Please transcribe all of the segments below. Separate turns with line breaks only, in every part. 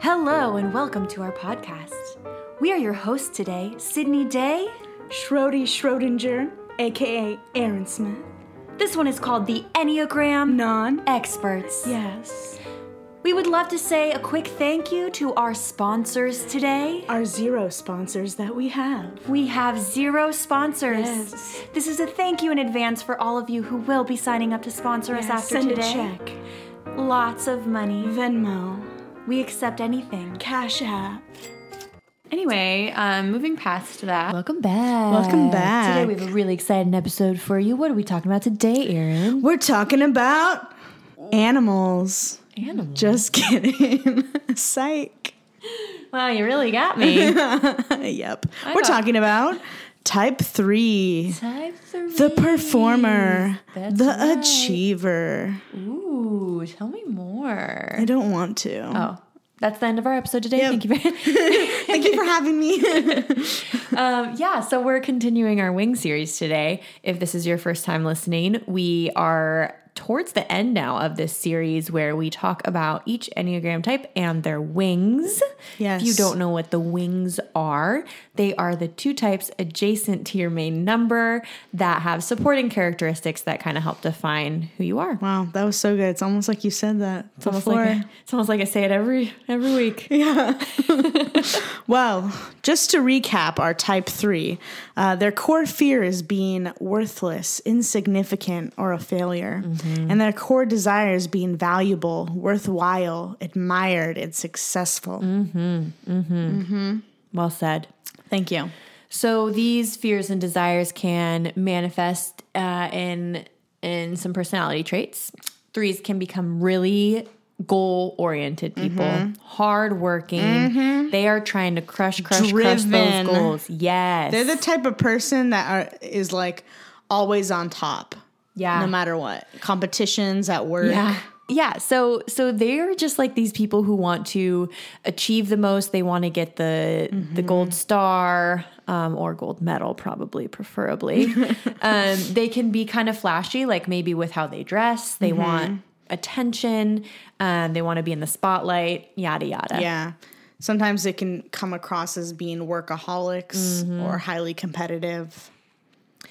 Hello, and welcome to our podcast. We are your hosts today, Sydney Day.
Schrody Schrodinger, aka Aaron Smith.
This one is called the Enneagram
Non.
Experts.
Yes.
We would love to say a quick thank you to our sponsors today.
Our zero sponsors that we have.
We have zero sponsors.
Yes.
This is a thank you in advance for all of you who will be signing up to sponsor us after
Send
today.
a check.
Lots of money.
Venmo.
We accept anything.
Cash App.
Anyway, um, moving past that,
Welcome back.
Welcome back.
Today we have a really exciting episode for you. What are we talking about today, Erin?
We're talking about animals.
animal.
Just kidding. Psych.
Wow, you really got me.
yep. We're
thought-
talking about type three.
Type three.
The performer,
That's
the
right.
achiever.
Ooh, tell me more.
I don't want to.
Oh, that's the end of our episode today.
Yep.
Thank you very
Thank you for having me.
um, yeah, so we're continuing our wing series today. If this is your first time listening, we are towards the end now of this series where we talk about each Enneagram type and their wings.
Yes.
If you don't know what the wings are, they are the two types adjacent to your main number that have supporting characteristics that kind of help define who you are.
wow, that was so good. It's almost like you said that
Almost
before.
like I- it's almost like I say it every every week.
Well, just to recap our type three, uh, their core fear is being worthless, insignificant, or a failure.
Mm-hmm.
And their core desire is being valuable, worthwhile, admired, and successful.
Mm. Well said.
Thank you.
So these fears and desires can manifest uh, in in some personality traits. Threes can become really goal oriented people,
Mm-hmm.
hard working. They are trying to crush, crush, crush those
Driven.
goals. Yes,
They're the type of person that are, is like always on top,
yeah,
no matter what. Competitions at work.
Yeah. Yeah, so so they're just like these people who want to achieve the most. They want to get the the gold star um, or gold medal, probably preferably. um, they can be kind of flashy, like maybe with how they dress. They want attention. Um, they want to be in the spotlight. Yada yada.
Yeah. Sometimes it can come across as being workaholics
Mm-hmm.
or highly competitive.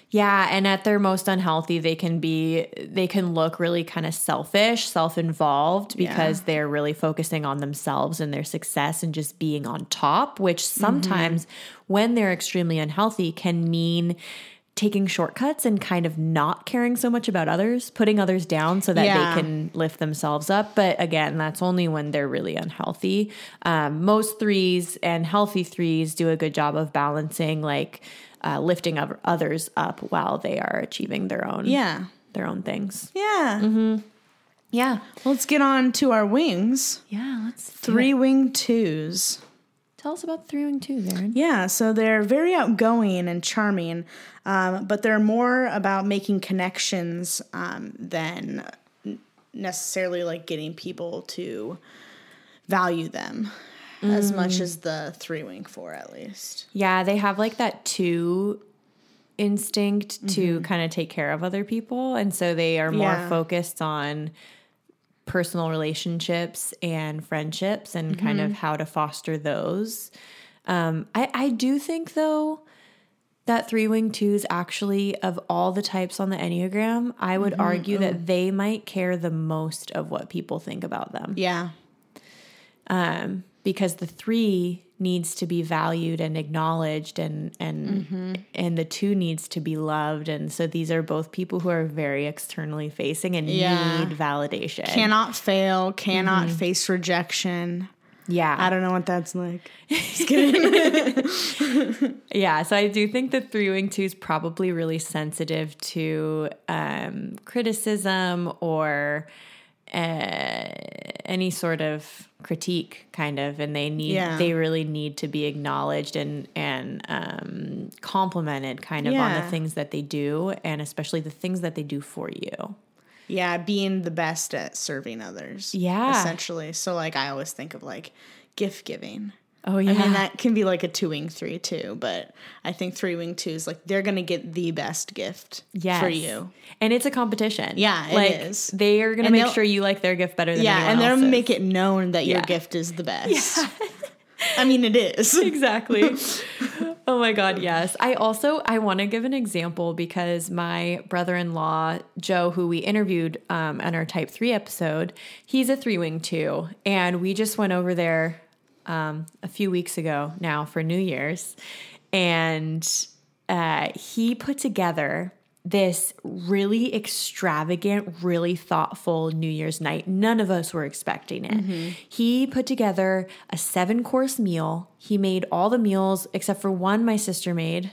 Yeah, and at their most unhealthy, they can be they can look really kind of selfish, self-involved because they're really focusing on themselves and their success and just being on top, which sometimes when they're extremely unhealthy can mean taking shortcuts and kind of not caring so much about others, putting others down so that
Yeah.
they can lift themselves up. But again, that's only when they're really unhealthy. Um, most threes and healthy threes do a good job of balancing like uh, lifting of others up while they are achieving their own
Yeah.
their own things.
Yeah.
Yeah,
Let's get on to our wings.
yeah. Let's
Three wing twos.
Tell us about three and two, Aaron.
Yeah, so they're very outgoing and charming, um, but they're more about making connections um, than necessarily like getting people to value them as much as the three wing four, at least.
Yeah, they have like that two instinct to kind of take care of other people. And so they are more
Yeah.
focused on personal relationships and friendships and kind of how to foster those. Um, I, I do think, though, that three wing twos actually, of all the types on the Enneagram, I would argue that they might care the most of what people think about them
Yeah.
um, because the three needs to be valued and acknowledged and and and the two needs to be loved and so these are both people who are very externally facing and
Yeah.
need validation
Cannot fail, cannot face rejection. I
yeah
don't know what that's like.
yeah so i do think the three wing two is probably really sensitive to um, criticism or uh, any sort of critique kind of and they need
Yeah.
they really need to be acknowledged and and um, complimented kind of on
Yeah.
the things that they do and especially the things that they do for you
Yeah, being the best at serving others.
Yeah.
Essentially. So like I always think of like gift giving.
Oh yeah.
I mean, that can be like a two wing three too, but I think three wing two is like they're gonna get the best gift
Yes.
for you.
And it's a competition.
Yeah, it
like,
is.
They are gonna
And
make
they'll-
sure you like their gift better than
Yeah,
anyone
and they'll
else's.
make it known that your
Yeah.
gift is the best. I mean, it is.
exactly. oh my god, yes. I also I want to give an example because my brother-in-law Joe, who we interviewed um, on our Type Three episode, he's a three wing two, and we just went over there um, a few weeks ago now for New Year's, and uh, he put together this really extravagant, really thoughtful New Year's night. None of us were expecting it. He put together a seven course meal. He made all the meals except for one my sister made.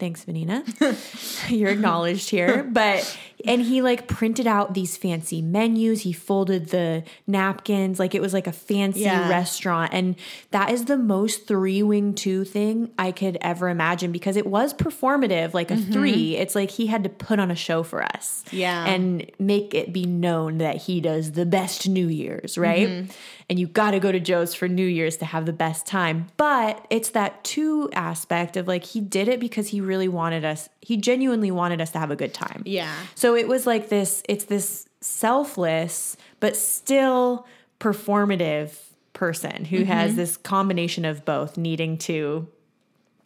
Thanks, Vanina. You're acknowledged here. But, and he like printed out these fancy menus. He folded the napkins. Like it was like a fancy
Yeah.
restaurant. And that is the most three wing two thing I could ever imagine because it was performative, like a three. It's like he had to put on a show for us.
Mm-hmm. Yeah.
And make it be known that he does the best New Year's, right?
Mm-hmm.
And you got to go to Joe's for New Year's to have the best time. But it's that two aspect of like he did it because he really wanted us, he genuinely wanted us to have a good time.
Yeah.
So it was like this, it's this selfless, but still performative person who has
Mm-hmm.
this combination of both needing to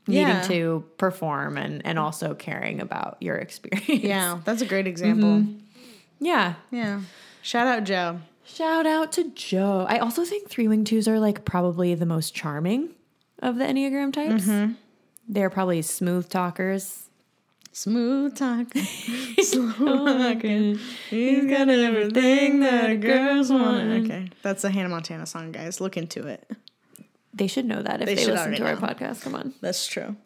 Yeah.
needing to perform and and also caring about your experience.
Yeah, that's a great example.
Mm-hmm. Yeah.
Yeah. Shout out Joe.
Shout out to Joe. I also think three wing twos are like probably the most charming of the Enneagram types.
Mm-hmm.
They're probably smooth talkers.
Smooth talk. Slow walking. Oh He's got everything that girls want. Okay. That's a Hannah Montana song, guys. Look into it.
They should know that if
They
they,
should
listen to our
already know.
podcast. Come on.
That's true.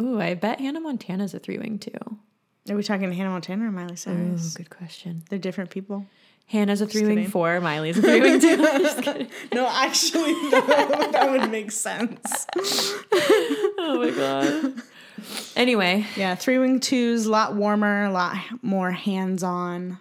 Ooh, I bet Hannah Montana's a three wing two.
Are we talking Hannah Montana or Miley
Ooh,
Cyrus?
good question.
They're different people.
Hannah's a three wing
kidding.
four. Miley's a three wing two.
No, actually, though, that would make sense.
Oh my god. Anyway,
Yeah, three wing twos, a lot warmer, a lot more hands on.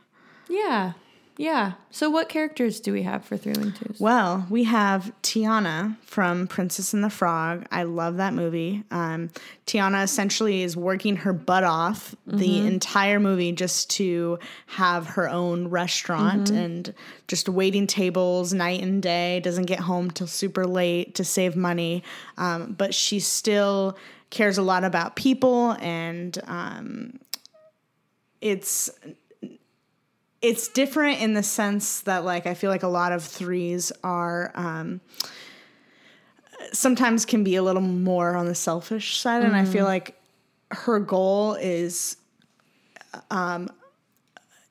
yeah, yeah. So what characters do we have for three wing twos?
Well, we have Tiana from Princess and the Frog. I love that movie. Um, Tiana essentially is working her butt off the entire movie just to have her own restaurant and just waiting tables night and day, doesn't get home till super late to save money. Um, but she still cares a lot about people and um, it's it's different in the sense that like I feel like a lot of threes are um, sometimes can be a little more on the selfish side, and I
Mm-hmm.
feel like her goal is um,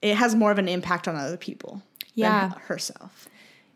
it has more of an impact on other people
Yeah.
than herself.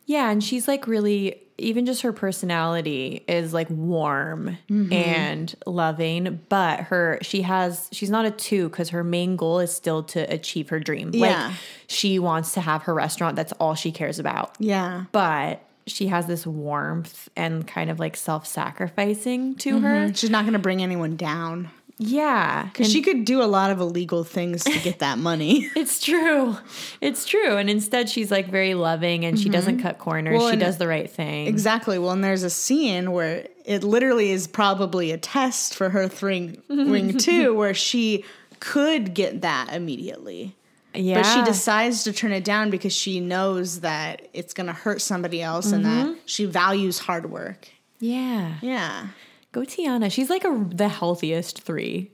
Yeah, and she's like really even just her personality is like warm
Mm-hmm.
and loving, but her she has she's not a 2 cuz her main goal is still to achieve her dream.
Yeah.
Like she wants to have her restaurant, that's all she cares about.
Yeah,
But she has this warmth and kind of like self-sacrificing to her.
Mm-hmm. she's not going to bring anyone down
Yeah.
because she could do a lot of illegal things to get that money.
It's true. It's true. And instead she's like very loving and she doesn't cut corners.
Mm-hmm. Well,
she
and-
does the right thing.
Exactly. Well, and there's a scene where it literally is probably a test for her three wing two, where she could get that immediately.
Yeah.
But she decides to turn it down because she knows that it's going to hurt somebody else and
Mm-hmm.
that she values hard work.
Yeah.
Yeah.
Go Tiana. She's like a the healthiest three.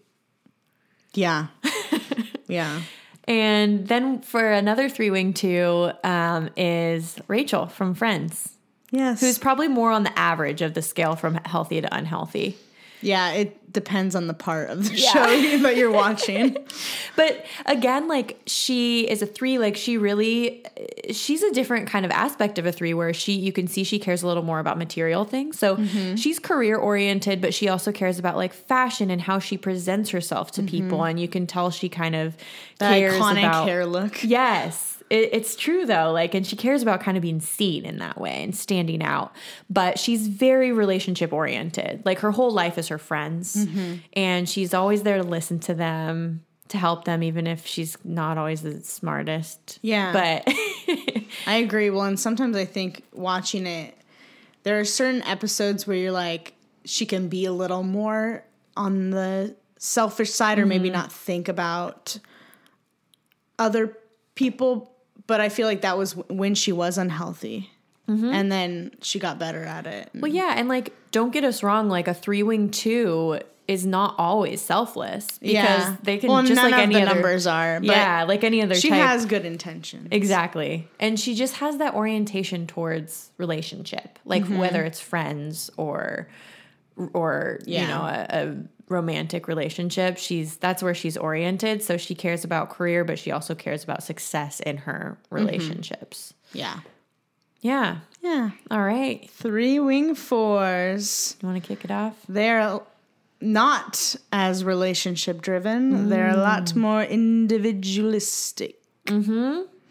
Yeah. yeah.
And then for another three wing two um, is Rachel from Friends,
Yes.
who's probably more on the average of the scale from healthy to unhealthy.
yeah, it depends on the part of the show that you're watching.
But again, like she is a three. Like she really, she's a different kind of aspect of a three where she, you can see she cares a little more about material things. So
Mm-hmm.
she's career oriented, but she also cares about like fashion and how she presents herself to people. And you can tell she kind of
Mm-hmm. The
cares
iconic
about
hair look.
Yes. It, it's true though. Like, and she cares about kind of being seen in that way and standing out. But she's very relationship oriented. Like, her whole life is her friends.
Mm-hmm.
And she's always there to listen to them, to help them, even if she's not always the smartest.
Yeah.
But
I agree. Well, and sometimes I think watching it, there are certain episodes where you're like she can be a little more on the selfish side or maybe
Mm-hmm.
not think about other people but i feel like that was w- when she was unhealthy and then she got better at it
Mm-hmm. Well, yeah, and like, don't get us wrong. Like a three wing two is not always selfless because
Yeah.
they can
Well,
just
none
like
of
any
the
other
numbers are, but
yeah, like any other.
she
type.
has good intentions
exactly, and she just has that orientation towards relationship, like whether it's friends or or you
Yeah.
know a, a romantic relationship. She's that's where she's oriented. So she cares about career, but she also cares about success in her relationships.
yeah
Yeah.
yeah
All right.
three wing fours
You want to kick it off?
they're not as relationship driven. They're a lot more individualistic.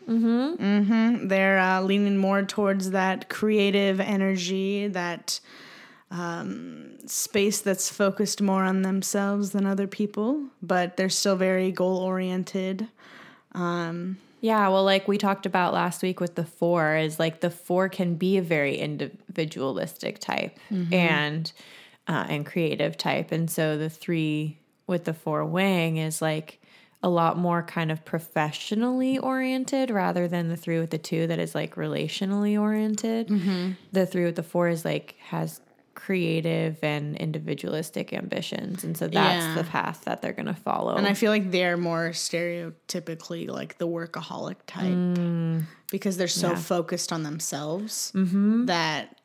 Mm-hmm. Mm-hmm. Mm-hmm. They're uh, leaning more towards that creative energy, that um, space that's focused more on themselves than other people, but they're still very goal oriented.
Yeah, well, like we talked about last week with the four, is like the four can be a very individualistic type
Mm-hmm.
and uh, and creative type, and so the three with the four wing is like a lot more kind of professionally oriented rather than the three with the two that is like relationally oriented.
Mm-hmm.
The three with the four is like has creative and individualistic ambitions, and so that's
Yeah.
the path that they're gonna follow.
And I feel like they're more stereotypically like the workaholic type
Mm.
because they're so focused on themselves
Mm-hmm.
that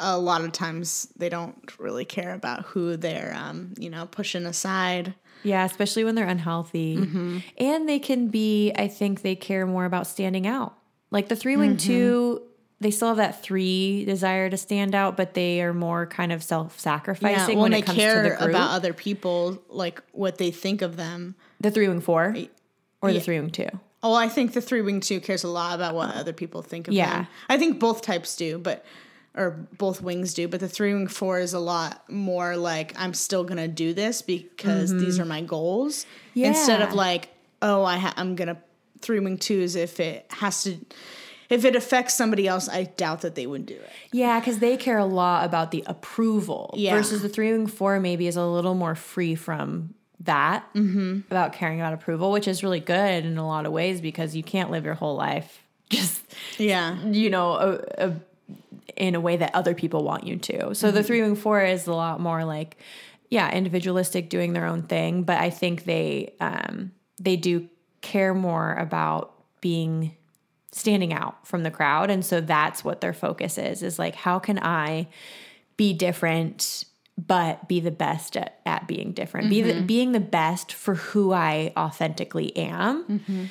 a lot of times they don't really care about who they're, um, you know, pushing aside.
Yeah, especially when they're unhealthy.
Mm-hmm.
And they can be, I think they care more about standing out. Like the three wing
Mm-hmm.
two, they still have that three desire to stand out, but they are more kind of self
Yeah,
sacrificing
when
when
they
it comes
care
to the group.
about other people, like what they think of them.
the three wing four or the three wing two.
Oh, I think the three wing two cares a lot about what other people think of
Yeah.
them. I think both types do, but or both wings do, but the three wing four is a lot more like I'm still gonna do this because these are my goals. Instead of
Mm-hmm. Yeah.
like, oh, I ha- I'm gonna three wing two is if it has to, if it affects somebody else, I doubt that they would do it.
Yeah, because they care a lot about the approval
Yeah.
versus the three wing four maybe is a little more free from that
Mm-hmm.
about caring about approval, which is really good in a lot of ways because you can't live your whole life just
Yeah,
you know, a, a, in a way that other people want you to. So the three wing four is a lot more like, yeah, individualistic, doing their own thing. But I think they um, they do care more about being standing out from the crowd, and so that's what their focus is: is like, how can I be different? But be the best at, at being different. Be
Mm-hmm.
the, being the best for who I authentically am,
Mm-hmm.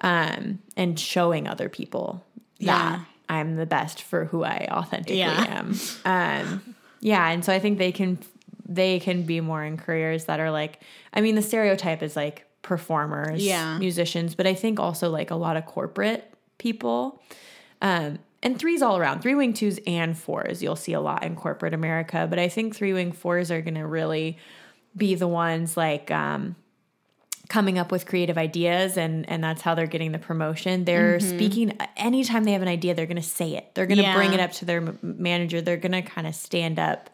um, and showing other people
Yeah.
that I'm the best for who I authentically
Yeah.
am. Um, yeah, and so I think they can they can be more in careers that are like I mean the stereotype is like performers,
Yeah.
musicians, but I think also like a lot of corporate people. Um, and threes all around, three wing twos and fours, you'll see a lot in corporate America. But I think three wing fours are going to really be the ones like um, coming up with creative ideas and and that's how they're getting the promotion they're
Mm-hmm.
speaking anytime they have an idea they're gonna say it they're gonna
Yeah.
bring it up to their m- manager they're gonna kind of stand up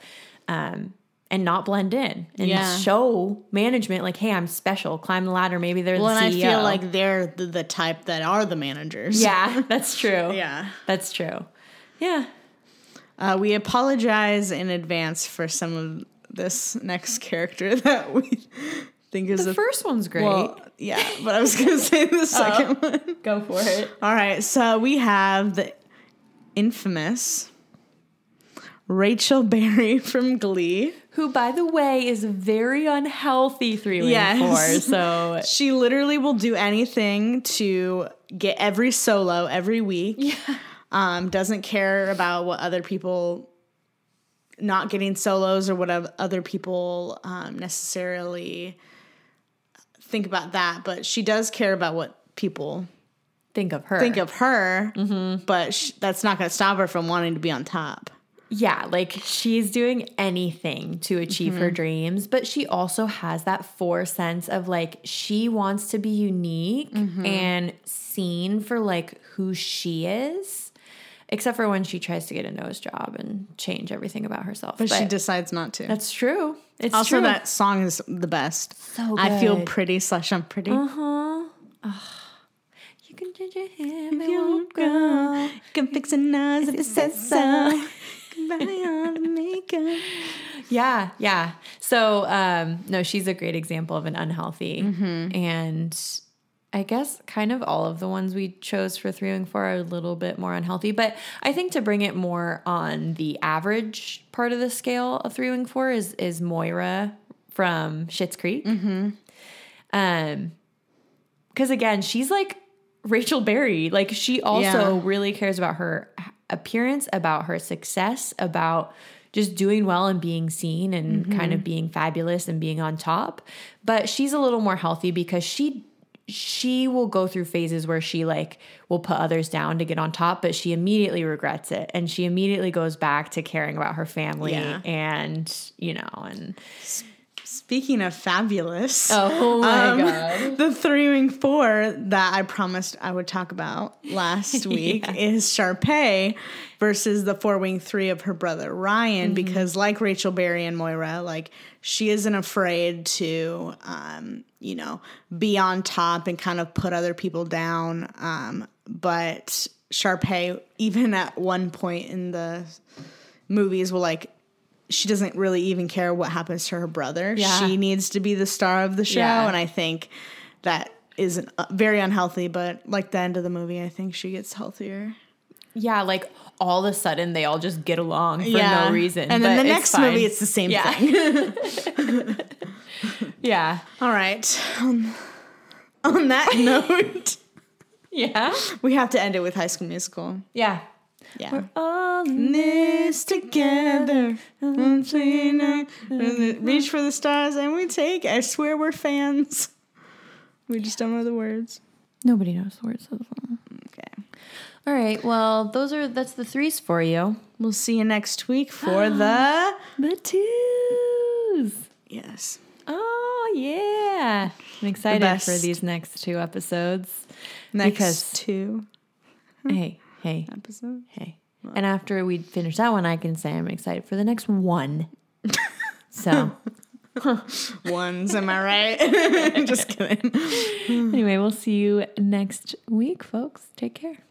um and not blend in and
Yeah.
show management like hey i'm special climb the ladder maybe they're
well,
the
and I
ceo
feel like they're the, the type that are the managers.
E yeah that's true
yeah.
that's true yeah
Uh, we apologize in advance for some of this next character that we think is
the
a
first one's great
well, yeah, but I was gonna say the second one.
go for it
All right, so we have the infamous Rachel Berry from Glee.
who by the way is very unhealthy three wing
Yes.
four so
She literally will do anything to get every solo every week. Um, doesn't care about what other people not getting solos or what oth- other people um, necessarily think about that, but she does care about what people
think of her
think of her.
Mm-hmm.
But sh- that's not going to stop her from wanting to be on top.
Yeah, like she's doing anything to achieve
Mm-hmm.
her dreams, but she also has that four sense of like she wants to
Mm-hmm.
be unique and seen for like who she is. except for when she tries to get a nose job and change everything about herself.
But, she decides not to.
That's true. It's
also,
true.
that song is the best.
So
I feel
good.
pretty slash I'm pretty.
you can change your hair, they won't grow.
Can fix a nose if it says so. Buy all the makeup.
Yeah, yeah. So um, no, she's a great example of an unhealthy, and I guess kind of all of the ones we chose for three and four are a little bit more unhealthy. But I think to bring it more on the average part of the scale of three wing four is is Moira from Schitt's Creek. Um, because again, she's like Rachel Berry. Like she also
Yeah.
really cares about her appearance, about her success, about just doing well and being seen and
Mm-hmm.
kind of being fabulous and being on top. But she's a little more healthy because she she will go through phases where she like will put others down to get on top, but she immediately regrets it and she immediately goes back to caring about her family
Yeah.
and you know and
Speaking of fabulous.
oh my
um, The three wing four that I promised I would talk about last week is Sharpay versus the four wing three of her brother
Mm-hmm.
Ryan because, like Rachel Berry and Moira, like she isn't afraid to, um, you know, be on top and kind of put other people down. Um, but Sharpay, even at one point in the movies, will like. She doesn't really even care what happens to her brother.
Yeah.
She needs to be the star of the show,
Yeah.
and I think that is an, uh, very unhealthy. But like the end of the movie, I think she gets healthier.
Yeah, like all of a sudden they all just get along for no reason.
And then
but
the
it's
next
fine.
movie, it's the same
yeah.
thing.
yeah.
All right. Um, on that note,
Yeah.
we have to end it with High School Musical.
Yeah.
Yeah.
Oh,
In this together. one thing I- Reach for the stars, and we take. I swear, we're fans. We just don't know the words.
nobody knows the words of the song.
Okay.
All right. Well, those are that's the threes for you.
We'll see you next week for the
The twos.
yes.
Oh yeah. I'm excited for
best.
these next two episodes.
Next
Because-
two
hey, hey,
episodes.
hey. And after we finish that one, I can say I'm excited for the next one. so
Ones, am I right? Just kidding.
anyway, we'll see you next week, folks. Take care.